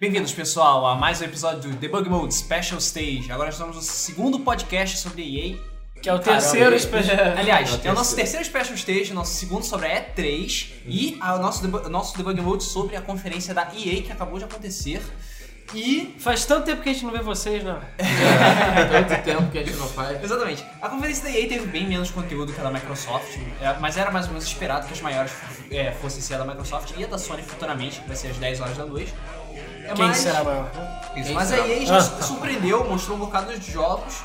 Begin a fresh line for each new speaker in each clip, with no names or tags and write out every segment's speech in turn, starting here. Bem-vindos, pessoal, a mais um episódio do Debug Mode Special Stage. Agora estamos no segundo podcast sobre EA.
Que é o
Caramba,
terceiro
EA.
especial.
Aliás,
É o
é o nosso terceiro Special Stage, nosso segundo sobre a E3 e a- o nosso, debu- o nosso Debug Mode sobre a conferência da EA que acabou de acontecer. E.
Faz tanto tempo que a gente não vê vocês, não.
É Tanto tempo que a gente não faz.
Exatamente. A conferência da EA teve bem menos conteúdo que a da Microsoft, é, mas era mais ou menos esperado que as maiores é, fossem ser a da Microsoft e a da Sony futuramente, que vai ser às 10 horas da noite. É,
Quem
mas-
será maior?
Quem
Mas a
será?
EA já
Ah.
surpreendeu, mostrou um bocado de jogos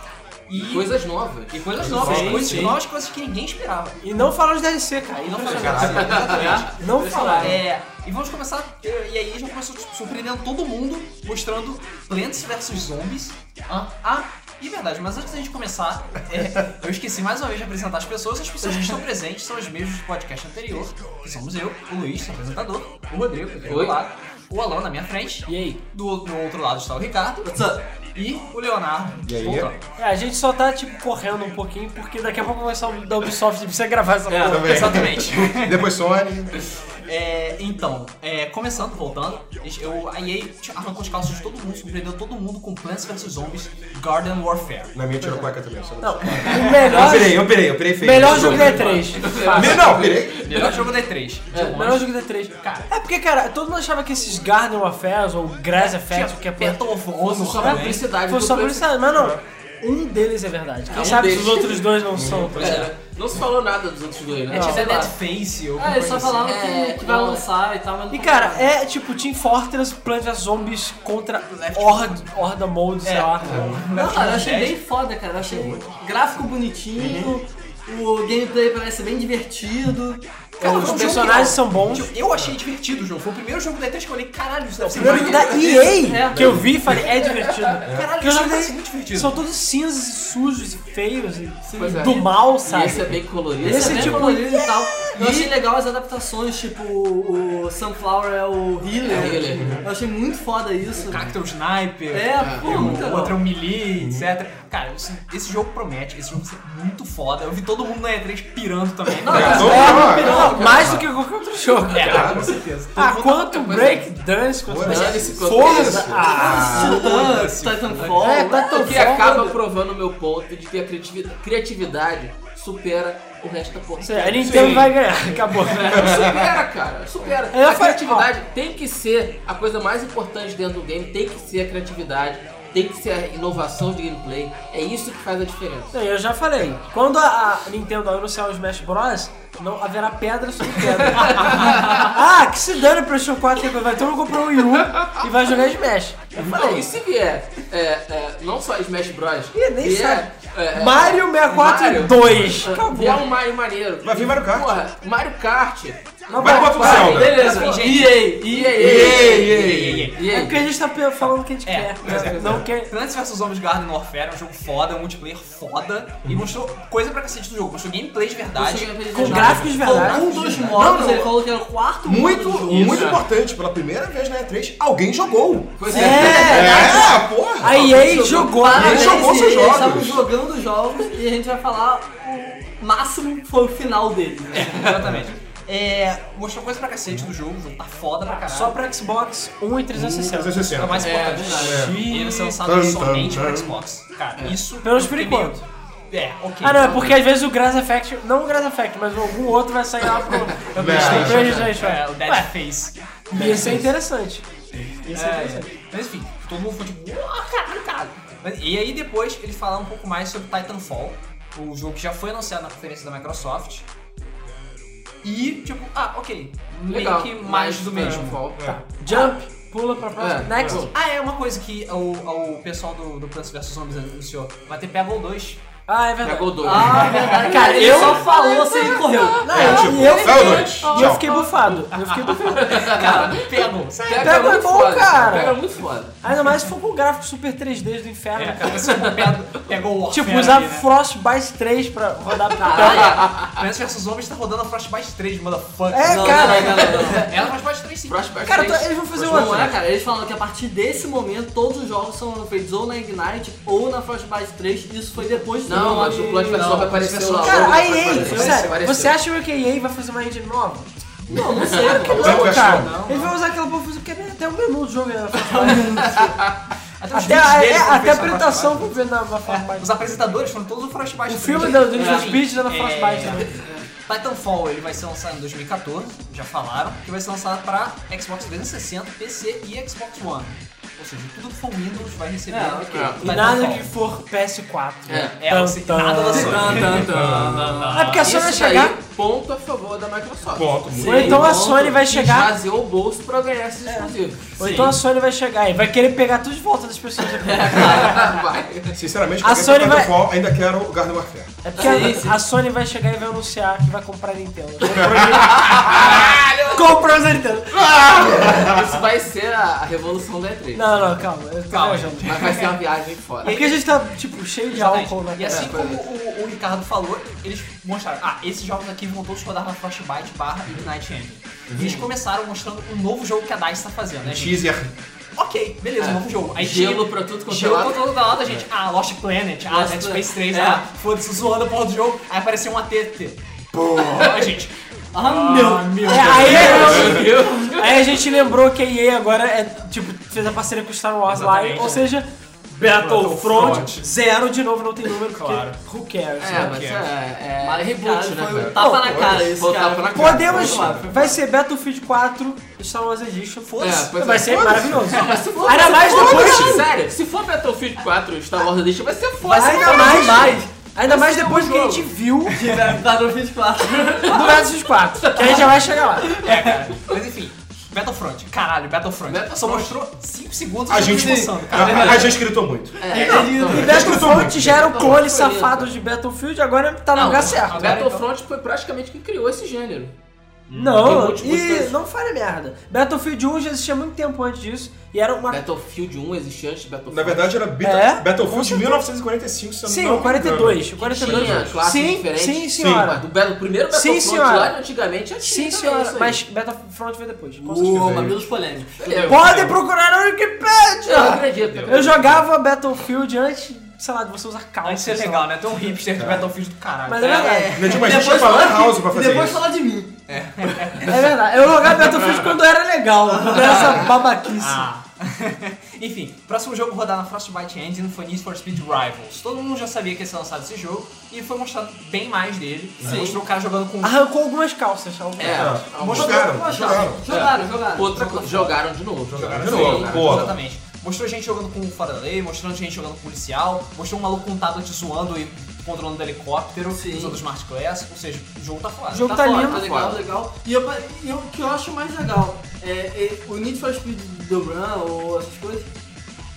e,
Coisas novas.
e coisas novas,
Sim,
coisas
sim.
novas, coisas que ninguém esperava.
E não falar os DLC, cara.
Aí não foi
Caralho.
Exatamente.
Não né? falaram.
É, e vamos começar. E aí já começou tipo, surpreendendo todo mundo, mostrando Plants vs Zombies. Ah, ah, e verdade, mas antes da gente começar, é, eu esqueci mais uma vez de apresentar as pessoas. As pessoas que estão presentes são as mesmas do podcast anterior, que somos eu, o Luiz, seu apresentador, o Rodrigo, que é do
Oi.
lado, o Alan na minha frente,
E aí?
do, no outro lado está o Ricardo e o Leonardo.
E aí?
Voltando.
É, a gente só tá, tipo, correndo um pouquinho, porque daqui a pouco vai começar o da Ubisoft e precisa gravar essa porra.
Também.
Exatamente.
Depois Sony.
É, então, é, começando, voltando, gente, eu, a EA arrancou os calços de todo mundo, surpreendeu todo mundo com Plants vs Zombies Garden Warfare.
Na minha tirou placa também. Só
Não, o
não. Eu
melhor,
pirei, eu pirei, eu pirei feio.
melhor
Eu
jogo é da
pirei.
E3.
Me-
Fácil.
Ah, Não, eu pirei.
Melhor jogo da E3.
É, melhor jogo da E3. é porque, cara, todo mundo achava que esses Garden Affairs ou Grass Affairs, o que é
Battle of
Ouça
Honor
só pra
também. É,
publicidade.
Foi
do
só por
Play-
isso, mas não. Um deles é verdade. Quem
um
sabe se
deles.
os outros dois não são. tá
Pois é.
É, não se falou nada dos outros dois, né?
É tipo
Sei
The
lá.
Dead Face ou
Ah,
alguma
eles só
coisa assim.
falavam
É,
que, que vai
não.
lançar e tal, mas não
E cara,
falaram.
é tipo Team Fortress, Plants vs Zombies contra
Left
Horda, Horda Mode, sei
É.
lá.
Não,
Left
cara, eu achei
4 Dead.
bem foda, cara. Eu achei gráfico bonitinho, o gameplay parece bem divertido.
Cara,
Os
é um jogo
personagens são bons.
que- Tipo, Eu achei divertido o jogo. Foi o primeiro jogo da E3 que eu olhei, caralho, isso deve ser
O primeiro
muito
da
divertido.
EA
É.
que eu vi e falei, é divertido.
Caralho,
Porque
isso
os jogos
parece
da-
muito divertido.
São todos cinzas e sujos e feios e
Pois é.
do mal,
E
sabe?
esse é bem colorido.
Esse
é bem
tipo,
colorido e tal. Eu
e-
achei legal as adaptações, tipo o Sunflower é o
É
Healer.
o healer.
Eu achei muito foda isso.
Cacto Sniper.
É, pô, muito
O outro é
legal.
um melee, etc. Cara, esse, esse jogo promete, esse jogo vai ser muito foda. Eu vi todo mundo na E3 pirando também. Não,
Cara,
mas-
não, não, não.
Não, é mais do que qualquer outro jogo.
é, cara, com certeza.
Ah,
Todo mundo-
Quantum Break, Dance, Quantum
Pois é.
Break.
Dane-se quanto
Forza.
isso.
Ah,
Titã,
foda-se.
Titanfall.
É,
né?
tá
Titanfall.
O que acaba provando o meu ponto de que a criativi- criatividade supera o resto da porra.
a Nintendo
Sim.
vai ganhar, acabou.
Supera, cara. Supera.
é. Eu
a
falei,
criatividade tem que ser a coisa mais importante dentro do game. Tem que ser a criatividade. Tem que ser a inovação de gameplay. É isso que faz a diferença.
Não, Eu já falei, quando a a Nintendo anunciar o Smash Bros, não haverá pedra sobre pedra. ah, que se dane pro PlayStation 4, que vai todo mundo comprar um Wii U e vai jogar Smash. Eu
Não,
falei,
e se vier é, é, não só Smash Bros.
Ih, nem
vier, é, é,
Mario 64
Mario.
2.
Acabou. É um Mario maneiro.
Vai vir Mario Kart.
Porra, Mario Kart.
Não
Vai
vai,
pro
vai.
Zelda.
Beleza.
Assim, gente-
EA, EA,
Ei, ei,
E
ei.
aí?
EA.
É porque a gente tá pe- falando o que a gente
É,
quer. né? Não quer.
Plants vs Zombies Garden Warfare é um jogo foda, um multiplayer foda. E mostrou coisa pra cacete do jogo. Mostrou gameplay de verdade.
Mostrou gameplay de
Com
verdade.
gráficos de
Foi um
verdade.
dos
Não,
modos,
não.
ele falou que era o quarto
Muito,
modo do jogo.
muito importante. Pela primeira vez na E3, alguém jogou.
Pois
É.
É, porra.
A EA jogou.
Ele
Parabéns,
jogou
e
seus
eles
jogos.
estavam jogando os jogos e a gente vai falar o máximo foi o final dele.
Exatamente. É, mostrou coisa pra cacete do jogo. O jogo tá foda pra caralho.
Só pra Xbox 1 e 360.
360.
é o mais
É,
importante.
verdade.
E ele foi lançado
Tum, tum,
somente
tum.
pra Xbox. Cara, isso.
Pelo menos por
eu fiquei meio-
enquanto.
É, ok.
Ah não, é porque às vezes o Grass Effect, não o Grass Effect, mas algum outro vai sair lá pro pro
PlayStation,
PlayStation.
É, o Dead
Ué,
Face.
Isso é interessante. Isso é
É,
interessante.
mas enfim, todo mundo foi tipo, "Ah, caralho, caralho. Mas- E aí depois eles falaram um pouco mais sobre Titanfall, o jogo que já foi anunciado na conferência da Microsoft. E tipo, ah, ok, meio
Legal.
que mais do mesmo.
Titanfall.
Tá.
É.
Jump, Ah. pula pra próxima.
É.
Next.
Ah, é uma coisa que o, o pessoal do, do Plants vs Zombies anunciou, vai ter Pebble 2.
Ah, é verdade.
Pegou dois.
Ah, verdade.
Cara,
ele
eu-
só falou assim e correu.
Não,
É,
eu-
tipo,
e eu,
vai, dois.
fiquei, e eu
Tchau.
fiquei bufado. Eu fiquei bufado.
Cara, Pebble, sério.
Pega,
Pega
muito
é bom,
foda.
cara.
Pega muito foda.
Ainda mais se for com o gráfico super 3D do inferno,
É,
cara.
cara, esse pe- pegou o Warfare
Tipo, usar
ali, né?
Frostbite 3 pra rodar pro
Plants vs Zombies tá rodando a Frostbite 3, motherfucker.
É,
Não,
cara.
Não, não, não, não.
Ela é a Frostbite 3 sim.
Frostbite
Cara, eu tô-
três.
eles vão fazer
Não é,
outra.
cara. Eles falaram que a partir desse momento todos os jogos são feitos ou na Ignite ou na Frostbite 3. Isso foi depois do
Não, mas o Plot
Não,
Versão vai aparecer lá.
Cara,
logo
a
depois vai
EA,
aparecer.
sério, é-
Apareceu.
você acha que a EA vai fazer uma engine nova?
Não, não sei.
Claro que
mano.
Vai
não,
gastar.
cara. Ele vai usar aquela porra fazer porque até o meu irmão do jogo era
os
Até,
vídeos
a,
deles
é,
foram
até a
feitos na
apresentação
Frostbite.
foi feita na, na Frostbite.
Os apresentadores foram todos o Frostbite.
O filme do do Need for Speed era na Frostbite,
É.
né?
Titanfall ele vai ser lançado em 2014, já falaram, que vai ser lançado para Xbox 360, PC e Xbox One. Ou seja, tudo que for Windows vai receber.
É, ok.
Titanfall.
E nada que for PS4.
É, assim, nada da Sony.
Tan, tan, tan.
É porque a Sony vai
Isso
chegar-
daí, ponto a favor da Microsoft.
Ponto, muito.
Ou então a
Ponto.
Sony vai chegar-
Esvaziou o bolso pra ganhar esses exclusivos.
Ou então a Sony vai chegar e vai querer pegar tudo de volta das pessoas.
É.
vai.
Sinceramente,
A
qualquer
Sony vai-
Titanfall, ainda quero o Garden Warfare.
É porque a, a Sony vai chegar e vai anunciar que vai comprar a Nintendo. Compramos a Nintendo.
Isso vai ser a a revolução da E3.
Não, não, calma. Eu tô
Calma.
viajando.
Mas vai ser uma viagem
É
foda.
porque a gente tá, tipo, cheio de álcool É. na
E assim
cara.
como o, o Ricardo falou, eles mostraram, ah, esses jogos aqui vão todos rodar na Frostbite barra Ignite Engine. E eles começaram mostrando um novo jogo que a DICE tá fazendo, né, gente?
Teaser.
Ok, beleza,
É.
novo jogo. Aí
Gelo
tinha-
pra tudo quanto é
Gelo
lado.
contra da lado, gente. Ah, Lost Planet, ah,
Lost
Dead
Planet.
Space 3,
É.
ah, foda-se, zoando a porra do jogo. Aí apareceu um ATT. Pô, gente. Ah, meu, meu
É, aí, aí a gente lembrou que a EA agora é, tipo, fez a parceria com Star Wars lá,
Exatamente.
ou seja, Battlefront,
Battlefront.
zero de novo, não tem número, porque
Claro.
who cares?
É,
né?
mas é, é
Mas,
reboot,
cara,
né,
foi um
cara?
tapa na cara esse
Foi um
cara.
tapa na cara.
Podemos,
Vamos lá.
vai ser Battlefield 4 Star Wars Edition,
É,
foda-se,
pois
vai
é,
ser
foda-se.
maravilhoso.
Não, mas se for,
Ainda
se
mais
for-
depois-
Cara, Sério, se for Battlefield 4 Star Wars Edition, vai ser foda. é
ainda
cara.
mais, ainda mais
ser um
depois que a
jogo.
gente viu
Tiver Battlefield 4.
do Battlefield 4, que a gente já vai chegar lá.
É, cara. Mas enfim. Battlefront, caralho, Battlefront.
Né?
Battlefront.
Só mostrou 5
tá
segundos
A
de
gente,
discussão,
a,
cara.
a- a gente gritou muito.
É, não,
E
não.
Battlefront já era um clone
Battlefield.
safado de Battlefield, agora tá no
Não,
lugar
A
certo.
Battlefront foi praticamente quem criou esse gênero. Tem um
Não,
múltiplos
e
testes.
não fale merda. Battlefield 1 já existia muito tempo antes disso e era uma.
Battlefield 1 existia um antes de Battlefield.
Na verdade, era Bita-
É?
Battlefield 1945, se eu
Sim,
não me
o 42. O
tinha
42.
classes
sim,
diferentes.
sim,
Mas
senhora.
do Battle, primeiro
Sim,
Battlefront
senhora.
lá antigamente já tinha
Sim,
também isso
senhora.
aí.
Mas Battlefront veio depois. com certeza.
Uou, mamilos polêmicos.
Beleza.
Podem procurar na
Eu não
Wikipedia!
acredito.
Eu jogava Battlefield antes, sei lá, de você usar calça.
Antes é
sei lá.
legal, né? Tem um hipster de Battlefield do caralho.
Mas é verdade.
Gente, mas tinha Lan House pra
e
fazer
depois
isso.
falar de mim.
É verdade. Eu jogava Battlefield quando era legal, quando era essa babaquice.
Ah. Enfim, próximo jogo rodar na Frostbite Engine foi Need for Speed Rivals. Todo mundo já sabia que ia ser lançado esse jogo e foi mostrado bem mais dele. Mostrou o cara jogando com um
Arrancou algumas calças. algumas-
É,
Ah,
alguns-
Jogaram, jogaram.
Jogaram, jogaram.
outra coisa, jogaram de novo.
Jogaram de
Sim,
novo, né?
cara.
pô. Porra.
Exatamente. Mostrou gente jogando com o fora da lei, mostrando gente jogando com policial, mostrou um maluco com tablet zoando e controlando helicóptero,
Sim.
usando Smart Class, ou seja, o jogo tá fora.
O jogo tá,
Tá fora,
lindo.
tá legal, legal. E eu, e eu- o que eu acho mais legal é, é o Need for Speed do Run ou essas coisas,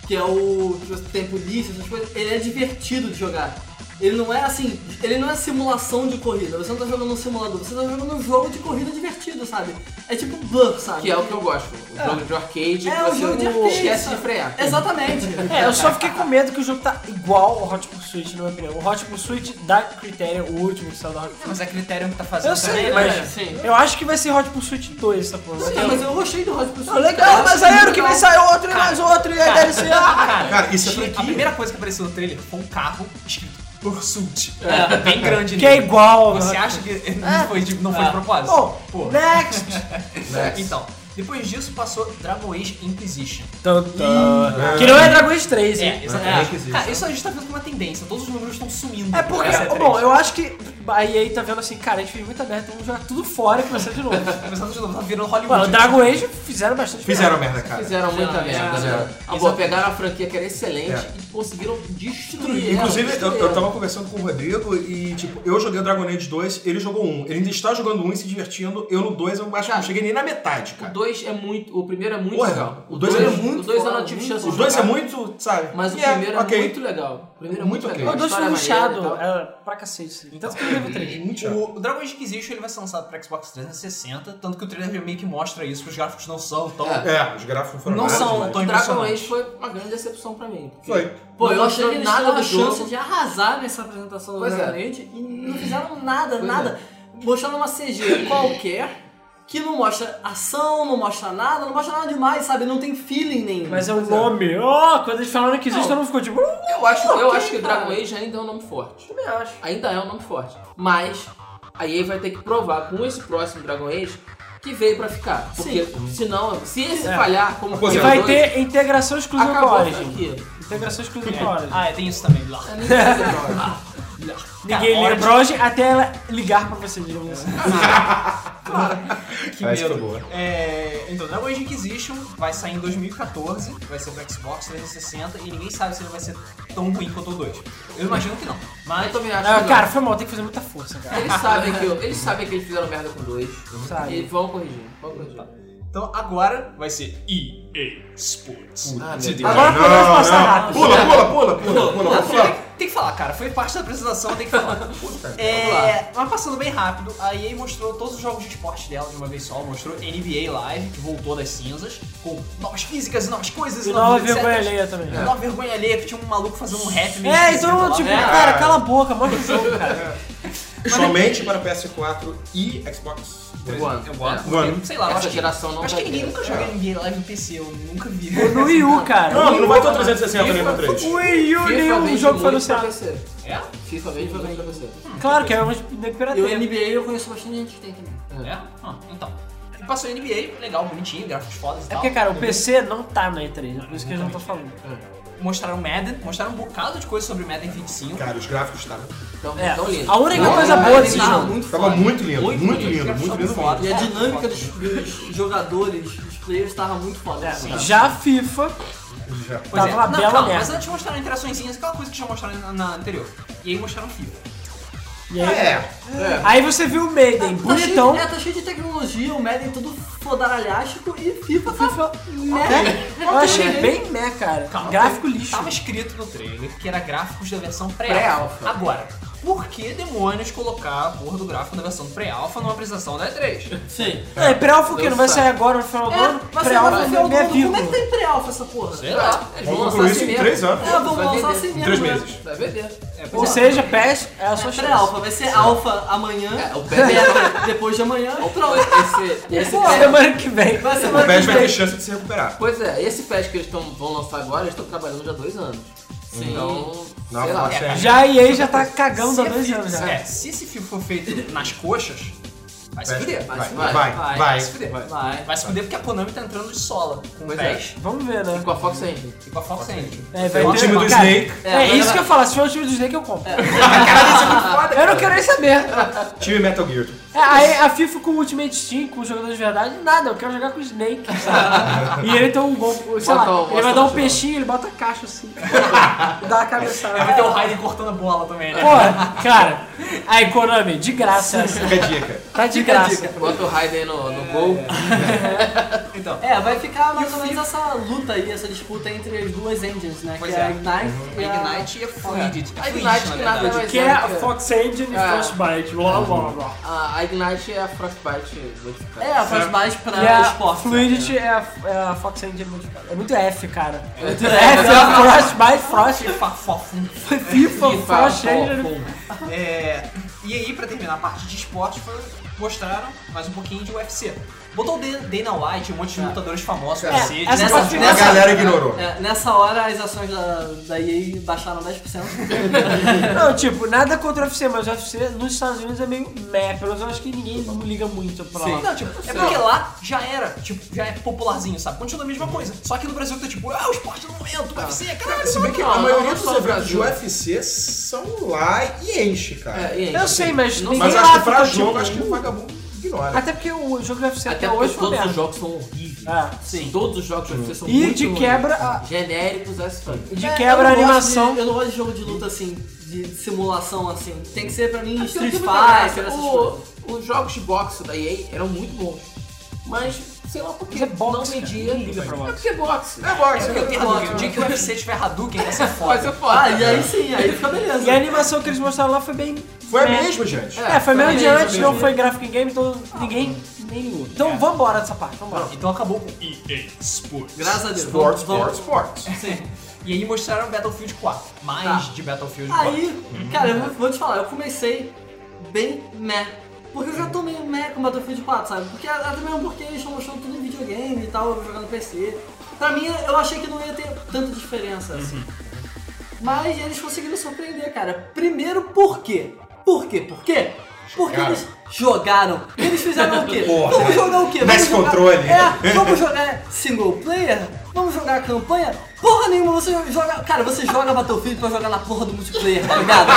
que é o que você tem polícia, essas coisas, ele é divertido de jogar. Ele não é assim, ele não é simulação de corrida, você não tá jogando um simulador, você tá jogando um jogo de corrida divertido, sabe? É tipo Blur, sabe?
Que é o que eu gosto. O jogo de arcade,
É,
que
o
você
jogo de
não
arcade,
esquece
sabe?
de frear.
Exatamente.
É, eu só fiquei com medo que o jogo tá igual ao Hot Pursuit, na minha opinião. O Hot Pursuit da Criterion, o último que saiu da Hot Pursuit.
Mas é critério que tá fazendo
Eu sei,
também,
mas
né?
Sim.
eu acho que vai ser Hot Pursuit 2 essa porra.
Sim, mas eu gostei do Hot Pursuit.
Não, Ah, legal, mas aí ano que vem
vai
saiu outro e mais outro e aí ah, DLC.
Cara, isso é
Tinha- A
franquia.
primeira coisa que apareceu no trailer foi um carro escrito Pursuit. Bem grande.
Que é
nele.
igual, É.
Você
mano.
acha que não foi de, não foi de propósito?
Bom,
Pô.
next!
Então, depois disso passou Dragon Age Inquisition.
Que não é Dragon Age 3, hein?
É, exatamente. Cara, isso a gente tá vendo como uma tendência, todos os números estão sumindo.
É porque,
Essa
bom,
trend.
eu acho que a EA tá vendo assim, cara, a gente fez muita merda, então vamos jogar tudo fora e começar de novo.
Começando de novo, tá virando Hollywood.
Mano, Dragon Age fizeram bastante
Fizeram
merda.
merda, cara.
Fizeram muita
Fizeram,
merda,
fizeram.
né? Ah, bom, pegaram a franquia que era excelente
É.
e conseguiram
né?
destruir. ela,
Inclusive, eu,
destruir
eu
ela.
tava conversando com o Rodrigo e, tipo, eu joguei o Dragon Age 2, ele jogou um. Ele ainda está jogando um e se divertindo. Eu no 2, eu acho que não cheguei nem na metade,
O
cara.
2 é muito. O primeiro é muito
Porra,
legal.
o dois é
dois-
muito
O 2 eu
foda,
não tive
muito
chance de
Os dois é
jogar,
muito, sabe?
Mas o
Yeah,
primeiro
ok.
é muito legal. O primeiro é muito,
Muito ok.
legal.
O 2
a
foi um
história é maneira e
lixado,
tal.
era pra cacete. Tanto que eu lembro 3.
Muito chato.
O, o Dragon Age Inquisition ele vai ser lançado pra Xbox 360, tanto que o trailer meio que mostra isso, que os gráficos não são tão.
É.
É, os gráficos foram
Não
nada
são
demais.
tão
Dragon
impressionantes.
Age foi uma grande decepção pra mim. porque-
Foi.
Pô, eu
Não
achei que
mostrou
eles
nada
tinham a
do jogo.
chance de arrasar nessa apresentação do
Pois é.
Dragon Age e não fizeram nada,
Pois é.
nada. Mostraram uma CG qualquer que não mostra ação, não mostra nada, não mostra nada demais, sabe? Não tem feeling nenhum.
Mas é o nome. Ó, quando eles falaram que existe, todo mundo ficou tipo. "Uh".
Eu acho, eu
Ok,
acho que
cara.
Dragon Age ainda é um nome forte.
Eu acho.
Ainda é um nome forte. Mas a EA vai ter que provar com esse próximo Dragon Age que veio pra ficar. Porque senão, se esse
É.
falhar, como
Uma coisa
E
tinha
vai
dois,
ter integração exclusiva com
acabou
a
a
Origin.
franquia.
Integração exclusiva com a Origin.
Ah, é, tem isso também. Lá.
É, nem precisa de Origin.
Ninguém
Cara,
liga pra Origin até ela ligar pra você, digamos assim.
Que
Ah, isso
medo.
foi boa.
É, então, Dragon Age Inquisition vai sair em 2014, vai ser pro Xbox 360 e ninguém sabe se ele vai ser tão ruim quanto o 2. Eu imagino que não.
Eu
Mas
também acho
Ah,
que
cara, foi mal, tem que fazer muita força,
não.
cara.
Eles sabem que, eu- eles sabem que eles fizeram merda com dois.
Sabe. Tá.
E vão corrigir. Vão corrigir.
então agora vai ser EA Sports. Tipo,
Ah, meu
Você
Deus.
tem-
Agora
Não,
podemos passar
não.
rápido.
Pula, pula, pula, pula, pula.
Não,
Vamos lá.
tem que falar, cara. Foi parte da apresentação, tem que falar. É, mas passando bem rápido, a EA mostrou todos os jogos de esporte dela de uma vez só. Mostrou NBA Live, que voltou das cinzas, com novas físicas e novas coisas.
E nova
etc.
vergonha alheia também.
E Nova vergonha alheia, que tinha um maluco fazendo um rap meio
É,
esquisito
então,
lá.
tipo,
É.
cara, cala a boca, mostra o jogo, cara.
Somente para PS4 e Xbox.
One.
Eu É. gosto,
Mano,
porque, sei lá, eu
Essa
acho que,
geração não
acho
vai
que ninguém
ter.
nunca joga NBA Live no PC, eu nunca vi.
No Wii U, cara.
Não, não vai ter o 360 nem no 3.
O Wii U,
FIFA
nenhum
vende
jogo foi
muito pra
anunciado.
PC.
É?
FIFA vende muito pra você.
Claro que é uma
E o
pirateira.
NBA eu conheço bastante gente que tem também.
É? Ah, então. E passou NBA, legal, bonitinho, gráficos fodas e
É
tal.
porque, cara, o PC não tá na E3, é por isso que eles não estão falando.
Mostraram Madden, mostraram um bocado de coisa sobre Madden 25.
Cara, os gráficos estavam.
Então,
É,
então lindo.
a única
Não,
coisa
não,
boa
não,
desse
não,
jogo.
muito
Tava
foda.
muito lindo, muito, lindo,
Cara,
muito
só
lindo
foda.
mesmo.
E a
Foda,
dinâmica
foda.
dos, dos jogadores, dos players, tava muito foda.
É, Já a FIFA,
Já.
Pois
Tava
é.
uma
não,
bela
calma,
merda.
mas antes mostraram interaçõezinhas, aquela coisa que já mostraram na, na anterior. E aí mostraram um FIFA.
e aí,
É,
É.
aí você viu o Maiden,
Tá
bonitão,
Cheio, é, tá cheio de tecnologia, o Madden todo fodaralhástico e FIFA tá
FIFA,
merda.
né? eu achei bem meh, cara.
Calma, tá
Gráfico
tava-
lixo.
Tava escrito no trailer que era gráficos da versão pré-alpha.
Pré-alpha.
Agora, por que demônios colocar a porra do gráfico da versão pré-alfa numa apresentação da E3?
Sim.
Não, é pré-alfa o quê? Não vai
Eu
sair agora no final do
É,
ano?
mas você vai
Pré-alfa
fazer o
é minha
mundo. Como é que
vírgula.
tem pré-alfa essa porra?
Sei lá.
Eles vão
vamos
lançar
concluir isso
assim
em
mesmo.
3 anos.
É, vamos
Vai
lançar
vender.
assim mesmo.
Três
né?
meses.
Vai vender.
É, pois
Ou
é.
seja, PES é a sua
É
chance.
pré-alfa, vai ser alfa amanhã,
É, o PES
depois de amanhã,
Então,
pronto.
esse, esse
Pô,
PES,
Semana que vem.
Vai ser
O PES vai ter
mais um.
chance de se recuperar.
pois é, esse PES que eles tão, vão lançar agora, eles estão trabalhando já há dois anos. Sim. Então,
Não,
sei lá.
fala sério.
Já a EA já tá cagando
Se
há
é
dois
feito-
anos né? já.
É, se esse filme for feito nas coxas, vai se
Vai,
fuder.
vai,
vai,
vai,
vai,
vai.
se fuder. Vai,
Vai.
se fuder porque a Konami tá entrando de sola com o
Pois é.
PES
Vamos ver, né?
E com a Fox Engine.
e com a Fox Engine. um
É, vai
O
ter-
time do
cara,
Snake,
É, isso que eu falo, se for o time do Snake eu compro. é eu não quero nem saber.
time Metal Gear.
É, aí a FIFA com o Ultimate Team, com os jogadores de verdade, nada, eu quero jogar com o Snake, sabe? e ele tem um gol, sei
Bota
lá,
o-
ele vai
bota
dar
o
um
jogo.
peixinho, ele bota a caixa assim, dá a cabeçada.
Vai ter o Raiden cortando a bola também, né?
Pô, cara, aí Konami, de graça essa.
Fica a dica.
Tá de graça.
Bota o Raiden no, no gol.
Então,
É, vai ficar mais ou menos essa luta aí, essa disputa entre as duas engines, né?
Pois
que é a
é.
Ignite e a...
a Ignite e a Fluid.
A Ignite que nada mais
Que é a
que-
Fox Engine e
É.
Frostbite, blá blá blá.
A a Ignite é a Frostbite modificada.
É, faz mais pra né?
E a
esporte.
Fluidity é a, é a Fox Engine modificada. É muito F, cara. É muito F,
F,
é a Frost by Frost.
Fafofum.
FIFA,
FIFA,
Frost
pô,
Engine.
É, e aí, pra terminar a parte de esporte, foi- mostraram mais um pouquinho de UFC. Botou o Dan- Dana White, um monte de lutadores famosos,
É,
UFC,
essa
de-
parte
de-
A
Nessa-
galera ignorou.
É, nessa hora as ações da, da EA baixaram 10%.
Não, tipo, nada contra o UFC, mas o UFC nos Estados Unidos é meio meh. Pelo menos eu acho que ninguém liga muito pra
Sim.
lá.
Não, tipo, é porque lá já era, tipo, já é popularzinho, sabe? Continua a mesma coisa. Só que no Brasil tá tipo, ah, o esporte do momento, o UFC, caralho, é
Se bem que
Não,
a
não,
maioria
não
dos
só no
eventos de
Brasil.
UFC são lá e enche, cara.
É, e aí,
Eu sei, mas
Não-
ninguém
Mas
lá
acho que
fica,
pra jogo,
tipo,
acho que o vagabundo ignora.
Até porque o jogo do UFC até,
Até
hoje
hoje
foi
todos os
merda.
jogos são horríveis.
É.
Sim. Todos os jogos de UFC são
E
muito
de
ruins.
quebra, a-
Genéricos as fãs.
de
É,
quebra a
eu não gosto
animação.
de- eu não gosto de jogo de luta assim, de simulação assim. Tem que ser pra mim Street Fighter, essas coisas.
é o, os jogos de boxe da EA eram muito bons. Mas, sei lá por que,
Mas é boxe,
não media.
cara. Ninguém liga pra boxe.
É porque é boxe.
É boxe,
Porque eu tenho
Ótimo.
Hadouken. O dia que o UFC tiver Hadouken, vai ser
Mas
foda.
é foda.
Ah, e aí sim, aí fica beleza.
E a animação que eles mostraram lá foi bem.
Foi a
meh.
mesma, gente.
É, foi meio
Foi
adiante,
mesmo,
não foi graphic game, então ninguém nem ligou. Então vambora dessa parte, vambora.
Então acabou com EA Sports.
Graças a Deus.
Sports,
Vamos-
sports, sports.
E aí mostraram Battlefield 4. Mais de Battlefield 4.
Aí, cara, eu vou te falar, eu comecei bem meh. Porque eu já tô meio meh com Battlefield 4, sabe? Porque até mesmo porque eles estão mostrando tudo em videogame e tal, eu jogando PC. Pra mim, eu achei que não ia ter tanta diferença assim. Mas eles conseguiram surpreender, cara. Primeiro, por quê? Por quê? Por quê? Porque
Jogaram.
eles jogaram. Eles fizeram o quê? Vamos jogar o quê? Vamos
Nice
jogar...
controle.
É, vamos jogar single player? Vamos jogar a campanha? Porra nenhuma, você joga. Cara, você joga Battlefield pra jogar na porra do multiplayer, tá ligado?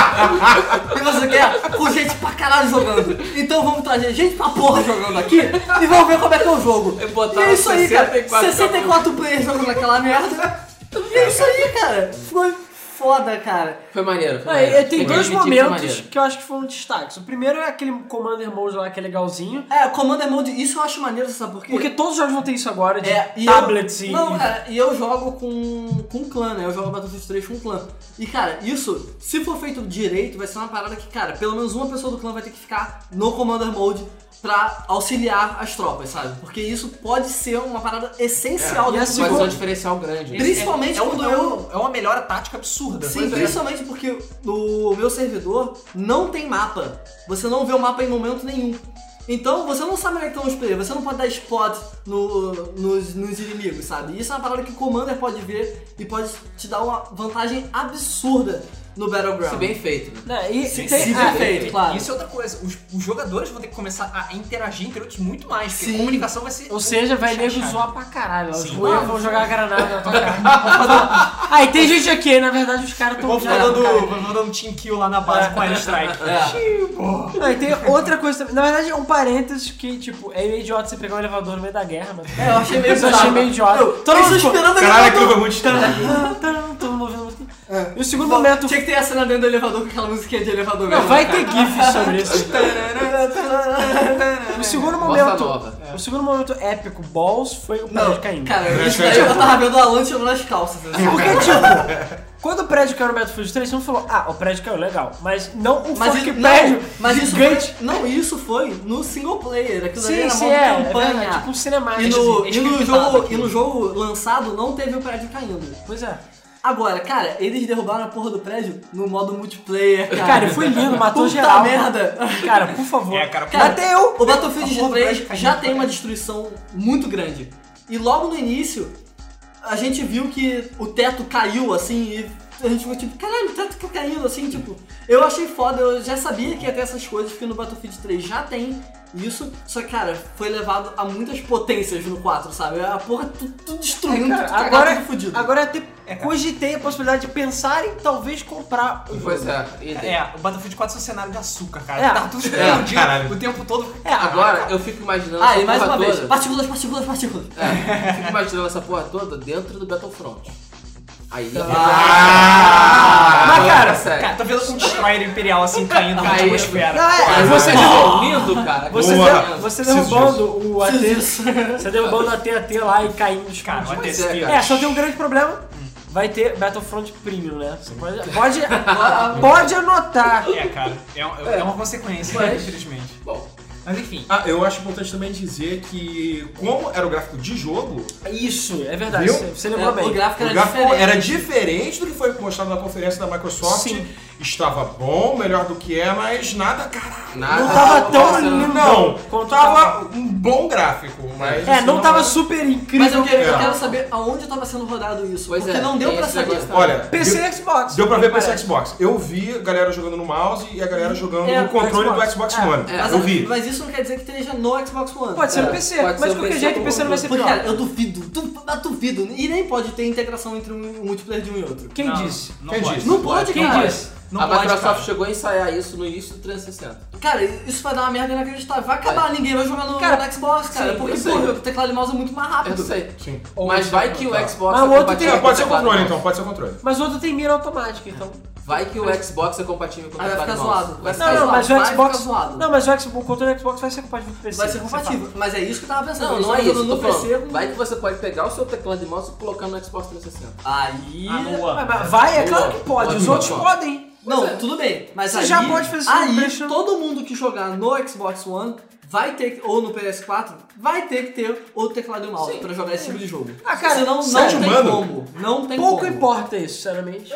e você quer com gente pra caralho jogando. Então vamos trazer gente pra porra jogando aqui e vamos ver como é que é o jogo.
E botaram
E é isso aí, cara.
64
64 players jogando naquela merda. E é isso aí, cara. Foi foda, cara.
Foi maneiro. Foi
Aí,
maneiro.
eh, tem
Tem que
dois
admitir que foi
momentos
é, maneiro.
que eu acho que foram destaques. O primeiro é aquele Commander Mode lá que é legalzinho.
É, Commander Mode, isso eu acho maneiro, sabe por quê?
Porque todos os jogos vão ter isso agora, de
É, e
tablets
eu,
e.
Não, é, cara, e eu jogo com, com clã, né? Eu jogo Battlefield 3 com clã. E, cara, isso, se for feito direito, vai ser uma parada que, cara, pelo menos uma pessoa do clã vai ter que ficar no Commander Mode pra auxiliar as tropas, sabe? Porque isso pode ser uma parada essencial
É, e
dentro
a
do
segunda-
Mas é
jogo.
um diferencial grande.
Ele-
assim,
Principalmente
é, é um-
quando
é um-
eu-
É uma melhora tática absurda.
Tipo, Sim,
Pois é.
principalmente porque no meu servidor não tem mapa. Você não vê o mapa em momento nenhum. Então você não sabe onde é que estão os players, você não pode dar spot no- nos, nos inimigos, sabe? Isso é uma parada que o Commander pode ver e pode te dar uma vantagem absurda no
Se
Battleground.
bem feito. né?
Né, e
Sim,
tem-
sim,
é,
sim. Perfeito, claro.
Isso é outra coisa. Os, os jogadores vão ter que começar a interagir entre outros muito mais, porque
Sim.
a comunicação vai ser.
Ou seja, vai
Chata,
nego
chata.
zoar pra caralho. Os
Sim.
ruins vão jogar granada na tua cara. Aí tem gente aqui, na verdade os caras tão
Vou ficar
já-
dando, vou ficar dando team kill lá na base
É.
com Air Strike.
Não, e tem outra coisa também. Na verdade, é um parênteses que, tipo, é meio idiota você pegar um elevador no meio da guerra, mas.
É, eu achei meio
Isso eu achei meio idiota.
Eu,
Todo
eu estou
mundo ficou-
esperando
Caralho,
aquele
aquilo foi muito estranho.
Tan, tan, Todo mundo ouvindo música. E o segundo momento.
Tinha que ter a cena dentro do elevador com aquela musiquinha de elevador
Não,
mesmo.
vai ter GIF sobre isso. O segundo
Bossa
momento.
nova.
O segundo momento épico, Balls, foi o
Não,
prédio caindo.
cara, isso daí eu tava vendo a Alan tirando as calças. assim.
Porque, tipo, quando o prédio caiu no Battlefield 3, você não falou, ah, o prédio caiu, legal. Mas não o
Mas,
fucking
isso,
prédio
não, mas isso
gigante.
foi, não, isso foi no single player. Aquilo ali
Sim,
era
sim,
modo
é, é
campanha.
verdade, tipo um cinemático.
e, no,
eles
e, no
acreditavam
jogo, e
aquilo.
no jogo lançado não teve o prédio caindo.
Pois é.
Agora, cara, eles derrubaram a porra do prédio no modo multiplayer, cara.
Cara, foi lindo, matou
Puta
geral.
merda.
Cara, por favor.
É, cara,
Cara,
Até eu.
O Battlefield
A porra do
3
prédio caindo,
já tem uma destruição muito grande. E logo no início, a gente viu que o teto caiu, assim, e a gente ficou tipo, caralho, o teto tá caindo, assim, tipo... Eu achei foda, eu já sabia que ia ter essas coisas, porque no Battlefield 3 já tem isso. Só que, cara, foi levado a muitas potências no 4, sabe? A porra tudo, tudo destruindo,
Cara,
tudo cagado,
agora,
tudo fudido.
agora eu até cogitei a possibilidade de pensar em talvez comprar um o jogo.
Pois é. e-
É, o Battlefield 4 é um cenário de açúcar, cara.
É.
Tá tudo
É,
explodindo
caralho.
o tempo todo.
É,
Agora eu fico imaginando
Ah,
essa
e mais
porra
uma
toda.
vez, partículas, partículas, partículas.
É, eu fico imaginando essa porra toda dentro do Battlefront. Aí. é
Ah!
Mas, cara,
sério.
Cara, tá vendo um destroyer imperial assim caindo na
Caindo.
atmosfera.
Ah, é,
Mas
você,
você resumindo, cara.
você,
Boa.
der- você
Preciso
derrubando o AT.
disso.
Você derrubando o AT-AT lá e caindo os
Cara,
caras.
vai ter
Pois
esse
é,
filme.
É, só tem um grande problema. Vai ter Battlefront Premium, né? Você pode, pode, pode anotar.
É, cara, é, um- é uma consequência,
Mas-
infelizmente.
Bom,
Mas enfim.
Ah, eu acho importante também dizer que, como era o gráfico de jogo,
Isso, é verdade.
Viu?
Você, você
É,
lembrou
o
bem.
gráfico
o
era
gráfico
diferente.
era diferente do que foi mostrado na conferência da Microsoft.
Sim.
Estava bom, melhor do que é, mas nada, caralho.
nada. né?
Não tava tão
Nossa,
lindo.
Não,
Quanto
tava um bom gráfico, mas.
É,
assim,
não tava super
Mas
incrível.
eu quero, eu
É.
quero saber aonde tava sendo rodado isso.
Pois
porque
é,
não deu
tem
pra
esse
saber.
negócio também.
Olha,
PC
deu,
e Xbox.
deu pra ver PC e
Parece.
Xbox. Eu vi a galera jogando no mouse e a galera jogando
É,
no controle
Xbox.
do Xbox
É,
One.
é.
Mas,
eu vi.
mas isso não quer dizer que esteja no Xbox One.
Pode ser no
É,
PC,
pode
mas
ser
de
um
qualquer
PC
jeito o
ou
PC não vai ser
Porque,
pior.
cara, eu duvido, du- mas duvido. E nem pode ter integração entre um um multiplayer de um e outro.
Quem
Não,
disse?
Não
Quem
pode.
disse?
Não pode,
Quem
cara.
disse?
Não
a
pode,
Microsoft
cara.
chegou a ensaiar isso no início do 360.
Cara, isso vai dar uma merda inacreditável. Vai acabar, ninguém vai jogar no,
Cara,
no Xbox, cara.
sim,
porque,
eu sei.
porra, o teclado e mouse é muito mais
Eu
rápido.
sei.
Sim.
Mas vai que o Xbox
Mas o
é
outro tem-
compatível
Não, pode ser o
com teclado e
controle
mouse.
então, pode ser o controle.
Mas o outro tem mira automática, então.
Vai que o Xbox é compatível com o
Aí vai
teclado
ficar
e mouse.
zoado. Vai
Vai
ficar
Não,
ser
não,
zoado.
mas o
vai ficar
Xbox.
zoado.
Não, mas o Xbox, o controle do Xbox vai ser compatível com o PC.
Vai ser
você
compatível. Mas é isso que eu tava pensando.
Não,
eles
não é
tão
isso,
jogando
tô
no PC.
falando. Vai que você pode pegar o seu teclado e mouse e colocar no Xbox 360.
Aí.
Ah, no
fala.
One.
Mas- mas Vai, é
Boa.
claro que pode.
Pode,
Os outros
pode.
podem.
Não, tudo bem. Mas
é. Você
aí,
já pode fazer isso no
aí
PlayStation.
todo mundo que jogar no Xbox One vai ter que, ou no PS4 vai ter que ter o teclado e o mouse pra jogar esse tipo de jogo.
Ah, cara,
Senão, não
sério,
tem
mano?
como. Não tem
Pouco
como.
importa isso, sinceramente.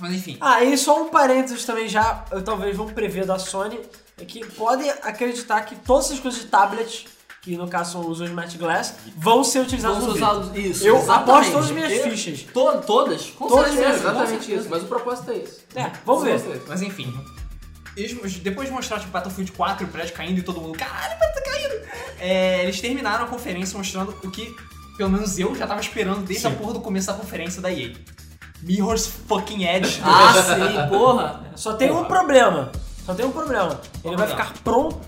Mas enfim.
Ah, e só um parênteses também já, eu talvez vão prever da Sony, é que podem acreditar que todas essas coisas de tablet, que no caso são os Smart Glass, vão ser utilizadas
Vamos
no
usar
vídeo.
os- isso.
Eu
exatamente.
aposto todas as minhas
Eu-
fichas.
To- todas? Com
Todas,
certeza,
É
com
exatamente
certeza.
isso, mas o propósito é esse.
É, vamos ver.
Mas enfim. eles- depois de mostrar tipo, Battlefield 4, o prédio caindo e todo mundo, caralho, mas tá caindo! É, eles terminaram a conferência mostrando o que, pelo menos eu, já tava esperando desde a porra do começo da conferência da EA. Mirror's fucking Edge.
Ah, sim, porra.
Só tem um problema. Só tem um problema. Ele
problema?
vai ficar pronto.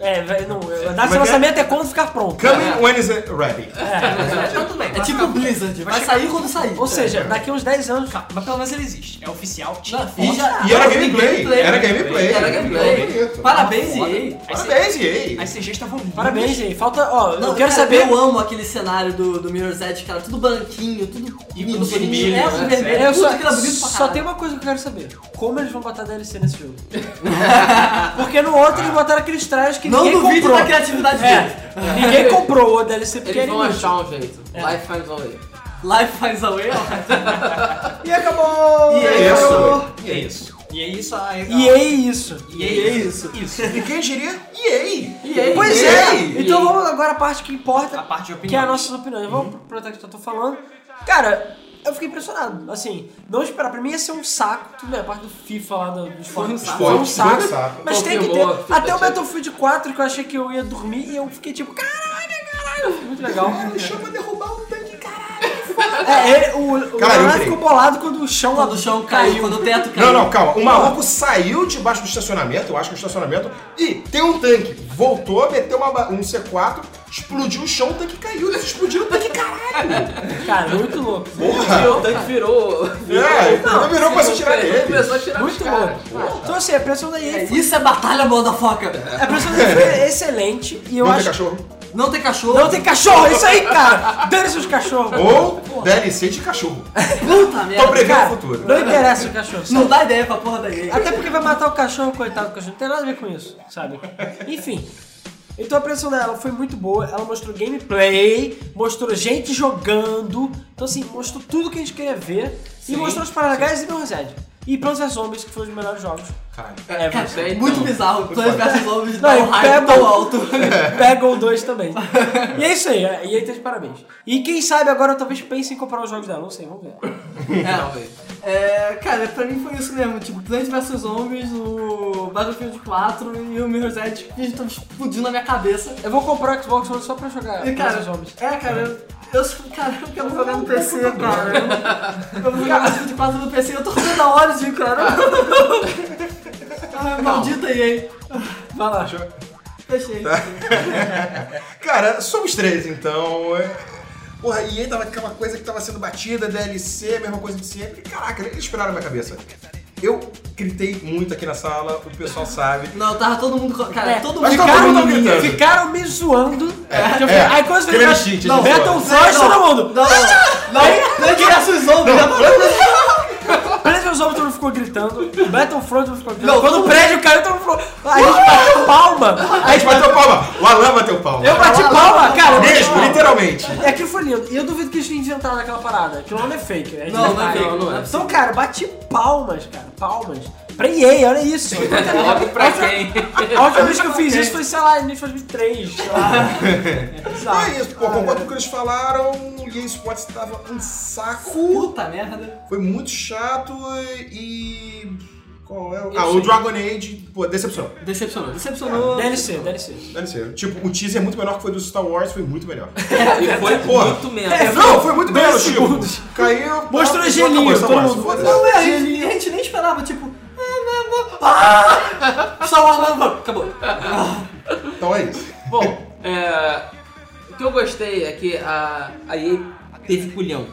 É, vai- não, a
Como é
data
que é?
de lançamento é quando ficar pronto.
Coming when is it ready.
Mas, então, tudo bem.
É tipo Blizzard, vai sair quando sair.
Ou seja, daqui uns 10 anos.
Mas pelo menos ele existe. É oficial, tinha
Não,
foto.
e já-
E era
eu vi
gameplay. Era gameplay.
Era gameplay.
Bonito.
Parabéns,
Foda.
EA.
Aí você-
Parabéns, EA.
Aí vocês já estavam
Parabéns, gente. Falta. Ó, eu quero
cara,
saber.
Eu amo aquele cenário do, do Mirror's Edge, cara, tudo branquinho, tudo
E
lindo,
tudo
bonitinho.
vermelho,
É, tudo
né?
vermelho.
Eu
tudo
só,
que era bonito pra
só
caralho.
tem uma coisa que eu quero saber. Como eles vão botar DLC nesse jogo? porque no outro eles botaram aqueles trajes que
Não
ninguém
duvide
comprou.
da criatividade dele.
É, ninguém comprou o DLC porque
Eles
era
vão
inútil.
achar um jeito.
É.
Life finds a way.
Life finds a way, ó.
E acabou!
E é isso.
E é isso. E é isso. a- a-
E é isso.
E é isso. Isso.
E quem diria EA?
EA.
Pois
EA.
é! Então vamos agora à parte que
A
importa,
parte de opinião.
que é a nossa opinião. Vamos pro protesto que eu tô falando. Cara, eu fiquei impressionado. Assim, não esperar. Pra mim ia ser um saco. Tudo bem, a parte do FIFA lá do, do esporte.
um saco.
Foi um
Foi um
saco.
saco.
Mas tem que ter.
Confirmou a
Até o
expectativa.
Battlefield 4 que eu achei que eu ia dormir e eu fiquei tipo, caralho, caralho. Muito legal.
chama derrubar um tanque, caralho.
É, ele- o o
Cara, eu
Leonardo
entrei.
ficou bolado quando o chão lá
Quando o chão caiu, quando o teto caiu.
Não, não, calma. O maluco saiu debaixo do estacionamento, eu acho que é o estacionamento, e tem um tanque. Voltou, meteu uma ba- um C4, explodiu o chão, o tanque caiu. Eles explodiram o tanque, caralho.
Cara, muito louco.
Porra.
o tanque virou.
É, não virou pra se tirar
Ele
dele.
começou a tirar
Muito
os caras.
louco. Então assim, a pressão da EA foi,
Isso é batalha, motherfucker.
a pressão da EA foi excelente e eu
Não tem
acho
cachorro.
Não tem cachorro.
Não tem cachorro, é isso aí, cara! Dane seus cachorros!
Ou DLC de cachorro.
Puta merda.
Tô prevendo
Cara,
o futuro.
Não interessa o cachorro. sabe?
Não dá ideia pra porra da EA.
Até porque vai matar o cachorro, coitado do cachorro. Não tem nada a ver com isso, sabe? Enfim. Então a pressão dela foi muito boa. Ela mostrou gameplay, mostrou gente jogando. Então, assim, mostrou tudo que a gente queria ver. e mostrou os Paragás e Mirror's Edge. E Plants vs Zombies, que foi um dos melhores jogos.
Caralho.
É,
Cara,
você, então.
muito bizarro. Plants vs Zombies dá
Não,
um
e
raio
Pebble,
tão alto.
Pebble 2 também. E é isso aí. é, E aí tá de parabéns. E quem sabe agora talvez pense em comprar os jogos dela. Não sei, vamos ver.
É, É, cara, pra mim foi isso mesmo. Tipo, Plants vs Zombies, o Battlefield 4 e o Mirror's Edge que estão explodindo na minha cabeça.
Eu vou comprar o Xbox One só pra jogar
E,
Plants
cara,
vs Zombies.
é, cara, eu, eu, um cara, eu quero jogar no PC,
né?
cara. Eu- Eu vou jogar Battlefield 4 no PC eu tô comendo a hora de cara. Ai, maldita EA.
Vai lá.
Fechei.
Tá.
Cara, somos três, então. é- Porra, e aí tava aquela coisa que tava sendo batida, DLC, a mesma coisa de sempre. Caraca, eles esperaram a minha cabeça. Eu gritei muito aqui na sala, o pessoal sabe.
Não, tava todo mundo. co- Cara,
É,
todo mundo.
mas
tá
Cara,
todo mundo
ficaram,
tava gritando.
ficaram me zoando. Que eu
é.
falei, Aí quando
Aquele
eu
cheat,
não,
eles
Metal
zoam.
Frost, todo mundo.
né? Não, não, não tivesse os ombros.
Plants vs Zombies todo mundo ficou gritando. Battlefront todo mundo ficou gritando.
Não,
quando
todo
o prédio caiu, todo mundo ficou... Aí a gente bateu palma. tipo,
A gente bateu palma! O Alan bateu palma.
Eu bati palma, cara.
Mesmo, literalmente.
E aquilo foi lindo. E eu duvido que eles inventaram aquela parada. Aquilo não é fake. né?
Não, não é
Ah,
fake,
não é.
Então, cara, bati palmas, cara. Palmas. Pra EA, olha isso.
Logo É pra
A última-
quem?
é
A última vez que eu fiz isso foi, sei lá, em Need for Speed 3. Sei lá.
Então
Bizarro.
é isso, pô, concordo com o que eles falaram. O EA Sports tava um saco.
Puta merda.
Foi muito chato e. Qual é
Eu
o. Ah, o
sei.
Dragon Age, pô, decepção.
Decepcionou.
Decepcionou.
DLC, DLC.
Deve ser. Tipo, o teaser muito menor que foi do Star Wars, foi muito melhor.
E foi
Porra.
muito menos.
É,
Não, foi muito belo,
Dois
Chico.
segundos.
Caiu.
Mostrou
pá,
gelinho,
acabou, Star
todo
Wars,
mundo.
foda-se.
Não, é, a gente, a gente nem esperava, tipo. Ah! ah, Só uma lava. Acabou.
Então é isso.
Bom, é, o que eu gostei é que a, a EA teve culhão.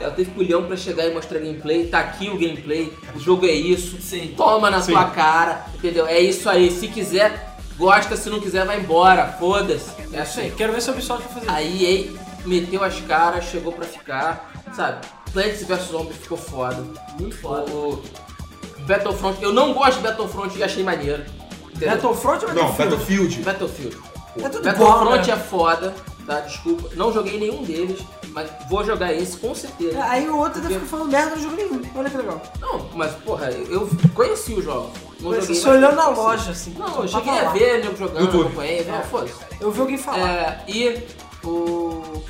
Ela teve culhão pra chegar e mostrar gameplay. Tá aqui o gameplay, o jogo é isso.
Sim.
Toma na
Sim.
sua cara, entendeu? É isso aí. Se quiser, gosta. Se não quiser, vai embora. Foda-se. É
Isso
assim.
aí, quero ver se o Ubisoft vai fazer isso.
A EA meteu as caras, chegou pra ficar, sabe? Plants vs Zombies ficou foda. Muito foda. O Battlefront, eu não gosto de Battlefront e achei maneiro. entendeu?
Battlefront ou
Não,
Battlefield?
Battlefield.
Battlefield.
É tudo bom,
Battlefront
né?
é foda, tá? Desculpa. Não joguei nenhum deles, mas vou jogar esse com certeza.
Aí o outro ainda fica falando merda no jogo nenhum. Olha que legal.
Não, mas porra, eu conheci o jogo. Não joguei.
Você
mas
olhando na
conheci.
loja, assim.
Não, eu
pra
cheguei a
falar.
ver nego jogando,
YouTube.
acompanhei,
É.
não, foda-se.
Eu vi alguém falar.
É, e o.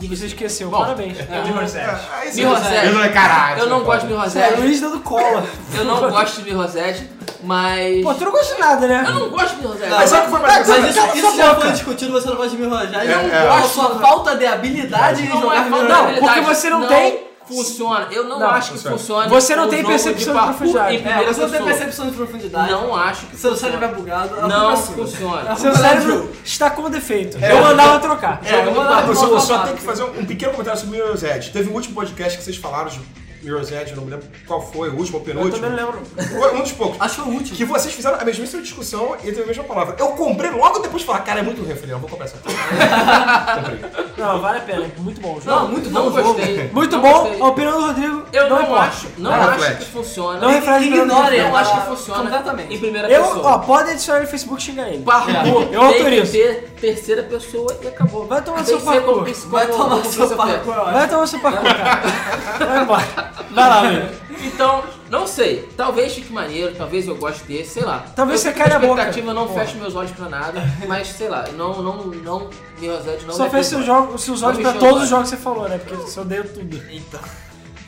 E você esqueceu,
Bom, é.
parabéns.
É,
Mirror Set.
É, Aí você-
Mil Rosé.
Mirror, é caralho.
Eu não gosto de
É,
Mirrosete.
Luiz dando cola.
Eu não gosto de Mirrosete, mas.
é Pô, tu não gosta de nada, né?
Eu não gosto de Mirrosete.
Mas sabe o que foi mais
Mas
engraçado?
isso, isso já foi discutido, você não pode me rojar.
É,
Eu
é.
não gosto da sua falta de habilidade em
Não,
jogar
é falta
videogame.
de habilidade.
porque você não tem-
Funciona. Eu não,
Não,
acho que
funciona.
funciona.
Você não
o
tem
jogo de
percepção de
parkour
profundidade.
em
É,
primeira
você não tem
pessoa.
percepção de profundidade.
Não acho que
Seu
funciona.
cérebro é bugado. a
Não
culpa é sua.
funciona.
Seu cérebro está com defeito. Eu mandava trocar.
É, eu vou
Ah,
dar
eu só, eu só
uma
tenho que fazer um, um pequeno comentário sobre Mirror's Edge. Teve um último podcast que vocês falaram de Mirror's Edge, eu não me lembro qual foi, o último ou
Eu
penúltimo.
também não lembro.
Foi um dos poucos.
Acho que foi o último.
Que vocês fizeram a mesmíssima discussão e teve a mesma palavra. Eu comprei logo depois de falar, cara, é muito ruim. Eu falei, não, vou comprar essa porra. comprei.
Não, vale a pena. Muito bom o jogo.
Não, muito não gostei.
Muito
Não
bom,
gostei.
a opinião do Rodrigo.
Eu não,
importa.
acho, não
Não
acho
reflete.
que funciona.
Não reflete pelo
Ignore,
Eu
eu
acho que
Ah,
funciona
completamente.
em primeira
Eu,
pessoa.
ó, pode adicionar ele no Facebook e xingar ele.
Parkour
É. Eu
tem que
autorizo.
ter terceira pessoa e acabou.
Vai tomar
Tem
seu
que ser
parkour.
como principal-
Vai
como
tomar
principal
seu
papel.
pacote.
Vai tomar seu parkour, cara. Vai embora. Vai lá, velho.
Então, não sei. Talvez fique maneiro, talvez eu goste desse, sei lá.
Talvez
eu
você
fico com
caia a boca.
expectativa, eu não
Porra.
fecho meus olhos pra nada, mas sei lá, não, não, não, me Rosette não
Só
me
fez seus,
atende.
jogos, seus olhos
Não
pra
mexeu
todos
agora.
os jogos que você falou, né? Porque você odeia tudo.
Então,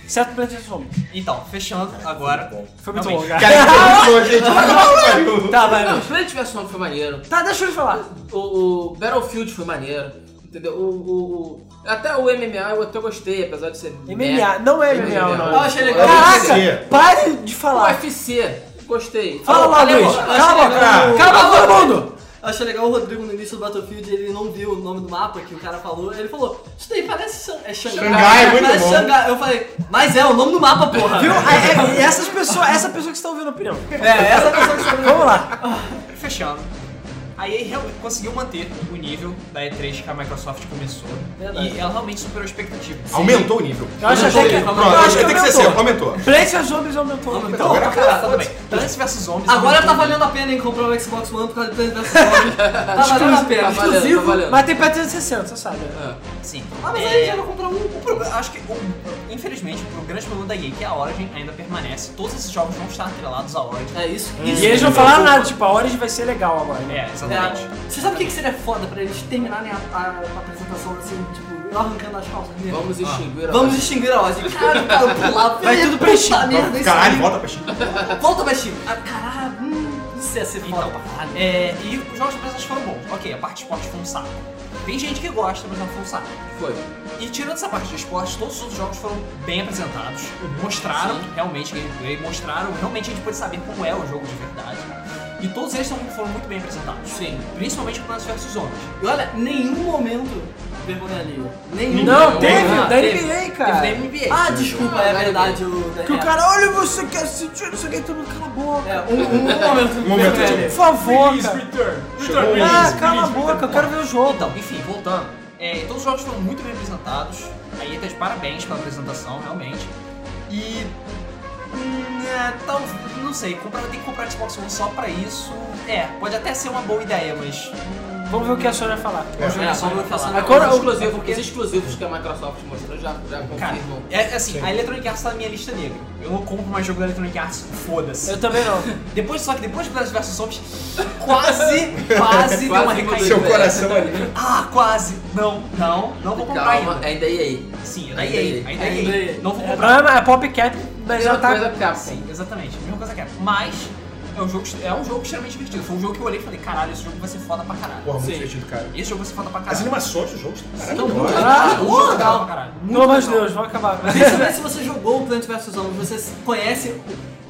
Certo, Planet Zombie.
então, fechando agora.
Foi muito
Realmente.
bom, cara.
Cara, Ah, que bom, gente. Puta que pariu.
Tá, vai,
Não,
vai.
o Planet vs Zombie um foi maneiro.
Tá, deixa eu falar.
O, o Battlefield foi maneiro, entendeu? O, o- o- até o MMA eu até gostei, apesar de ser.
MMA. Não é MMA,
Eu
não.
achei legal.
Caraca,
UFC.
pare de
O
falar.
UFC, gostei.
Fala lá,
Olha,
Luiz.
eu achei
Calma,
legal.
calma, todo mundo.
Eu achei legal o Rodrigo no início do Battlefield, ele não viu o nome do mapa que o cara falou. Ele falou, isso daí parece Xan- é Xangai.
Xangai, muito
parece
bom.
Xangai. Eu falei, mas é o nome do mapa, porra.
Viu? É, é, essas pessoas, essa pessoa que está ouvindo a opinião.
É, essa é a pessoa que você
Vamos lá.
Fechando. A EA real- conseguiu manter o nível da E3 que a Microsoft começou.
Verdade.
E ela realmente superou a expectativa.
Aumentou o nível.
Eu acho até que.
Pronto,
eu acho que
tem que ser
aumentou.
seu, aumentou.
Planes vs Zombies aumentou.
Aumentou.
Agora
Então, Cara, tudo
acabou.
bem. Plants vs Zombies. um
Agora tá
aumentou
valendo a pena em comprar o Xbox One por causa do Plants vs. Zombies. Tá valendo a
Exclusivo,
pena.
tá valendo,
Exclusivo.
tá valendo.
Mas tem pra 360, você sabe. né?
Sim.
Ah, mas
É,
aí já vai comprar um.
o pro- Acho que, o- infelizmente, o grande problema da EA, que é a Origin, ainda permanece. Todos esses jogos vão estar atrelados à Origin.
É isso.
Hum. E eles não falaram nada, tipo, a Origin vai ser legal agora, né?
É, exatamente.
É, você sabe o que que seria foda pra eles terminarem a, a- a apresentação assim, tipo, eu arrancando as calças mesmo?
Vamos extinguir a
Vamos extinguir a ordem. Caralho, cara, eu pulava.
Vai tudo pra Chico.
merda, isso
Caralho,
aí.
volta pra China.
Volta pra Chico. Ah, caralho, hum, isso ia ser foda
Então,
pra caralho.
é, e os jogos de empresas foram bons. Ok, a parte de esporte foi um saco. Tem gente que gosta, mas não foi um saco.
Foi.
É,
E tirando essa parte de esporte, todos os outros jogos foram bem apresentados, mostraram realmente gameplay, mostraram realmente a gente pode saber como é o jogo de verdade. E todos eles são- foram muito bem apresentados. Sim. Principalmente o Plants vs Zombies.
E olha, nenhum momento vergonha alheia. Nenhum.
Não,
Não,
Ah, teve,
não,
da
teve.
NBA, cara.
NBA.
Ah, desculpa, é
Não,
verdade. O,
Que o
é,
cara, olha, você quer sentir, não sei o que, todo mundo cala a boca.
É, um, um momento
Um momento
vergonha
Por
alheia.
favor,
Release,
cara.
Return.
Chegou
Return,
o
release,
Ah,
release,
cala a
return.
boca, eu quero ver o jogo.
Então, enfim, voltando. É, todos os jogos foram muito bem apresentados. Aí até de parabéns pela apresentação, realmente. E. hum, É, tal, não sei, comprar, tem que comprar Xbox One só pra isso. É, pode até ser uma boa ideia, mas.
Vamos ver o que a Sony vai falar.
É, só vou falar.
Agora-
Agora, um os, exclusivos, os exclusivos que a Microsoft mostrou já, já
É Cara,
confirmam.
é assim, a Electronic Arts tá na minha lista negra. Eu não compro mais jogo da Electronic Arts, foda-se.
Eu também não.
Depois, só que depois de Plants vs Zombies, quase, quase deu uma
Quase mudou.
recaída.
Seu coração ali.
Ah, quase! Não, não, não vou comprar
Calma,
ainda.
ainda é e aí.
Sim, ainda
Ainda
aí,
aí.
ainda
Ainda
aí.
aí.
Não vou
É,
comprar.
mas é PopCap, mas já
Mesma coisa assim.
tá.
que a Capcom.
Sim, exatamente. Mesma coisa que era. Mas é um jogo, é um jogo extremamente divertido. Foi um jogo que eu olhei e falei, caralho, esse jogo vai ser foda pra caralho.
Porra, Assim muito divertido, cara.
Esse jogo vai ser foda pra
As
caralho.
animações dos jogos estão
muito
maravilhosas.
Ah,
Muito legal, pra caralho. Muito
Pelo amor de
legal.
Deus, vamos acabar.
Principalmente se você jogou o Plant vs Zombies, você conhece.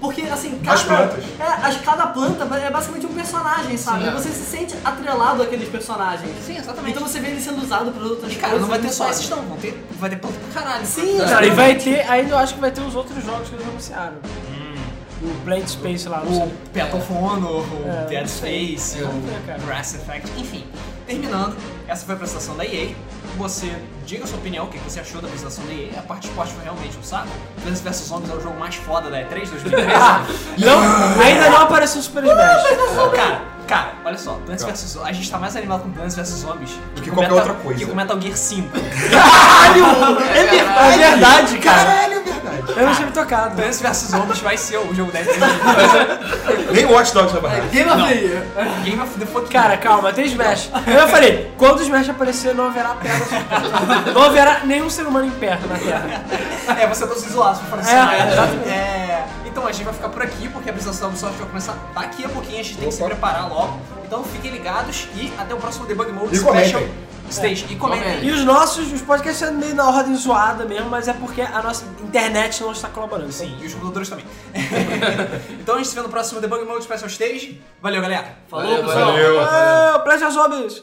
Porque assim, cada.
As plantas.
É, as- cada planta é basicamente um personagem, sabe?
Sim, é.
E você se sente atrelado àqueles personagens.
Sim, exatamente.
Então você vê ele sendo usado para outras
E, cara, não
coisas,
vai ter
muito
só
foda.
esses não, vão ter, vai ter planta pra caralho.
Sim,
Cara, e vai ter, ainda eu acho que vai ter os outros jogos que eles anunciaram. Hum. O Plant Space lá, não sei.
O Petalphone, o
É,
Dead
não sei.
Space,
Não sei, cara.
o Grass Effect, enfim. Terminando, essa foi a apresentação da EA. Você diga a sua opinião, o que você achou da apresentação da EA. A parte de esporte foi realmente um saco. Plants vs Zombies é o jogo mais foda da E3 2013.
Ah, Não, ainda não apareceu o Super Smash.
Cara, cara, olha só, Plants vs Zombies. A gente tá mais animado com Plants vs Zombies
Do que
com
qualquer
Metal-
outra coisa.
Que com Metal Gear 5.
Caralho!
É verdade, cara.
Caralho, é verdade.
Eu não tinha me tocado.
Plants vs Zombies vai ser o jogo 10
Nem Watch Dogs vai barrar.
Game of the Year.
Game of the Fucking
Cara, calma, tem Smash. Eu falei, quando o Smash aparecer, não haverá perna. Não haverá nenhum ser humano em perna na Terra.
É, você todos isolados pra
É,
falar
é,
assim.
exatamente.
É, Então a gente vai ficar por aqui, porque a apresentação da Ubisoft vai começar daqui a pouquinho, a gente tem que se
Opa.
preparar logo. Então fiquem ligados e até o próximo Debug Mode
E
Special
comentem.
Stage. E comentem.
E os nossos, os podcasts sendo meio na ordem zoada mesmo, mas é porque a nossa internet não está colaborando.
Sim, e os computadores também. então a gente se vê no próximo Debug Mode Special Stage. Valeu, galera!
Falou,
Valeu,
Ah,
pessoal.
valeu.
Oh, Presta as obras!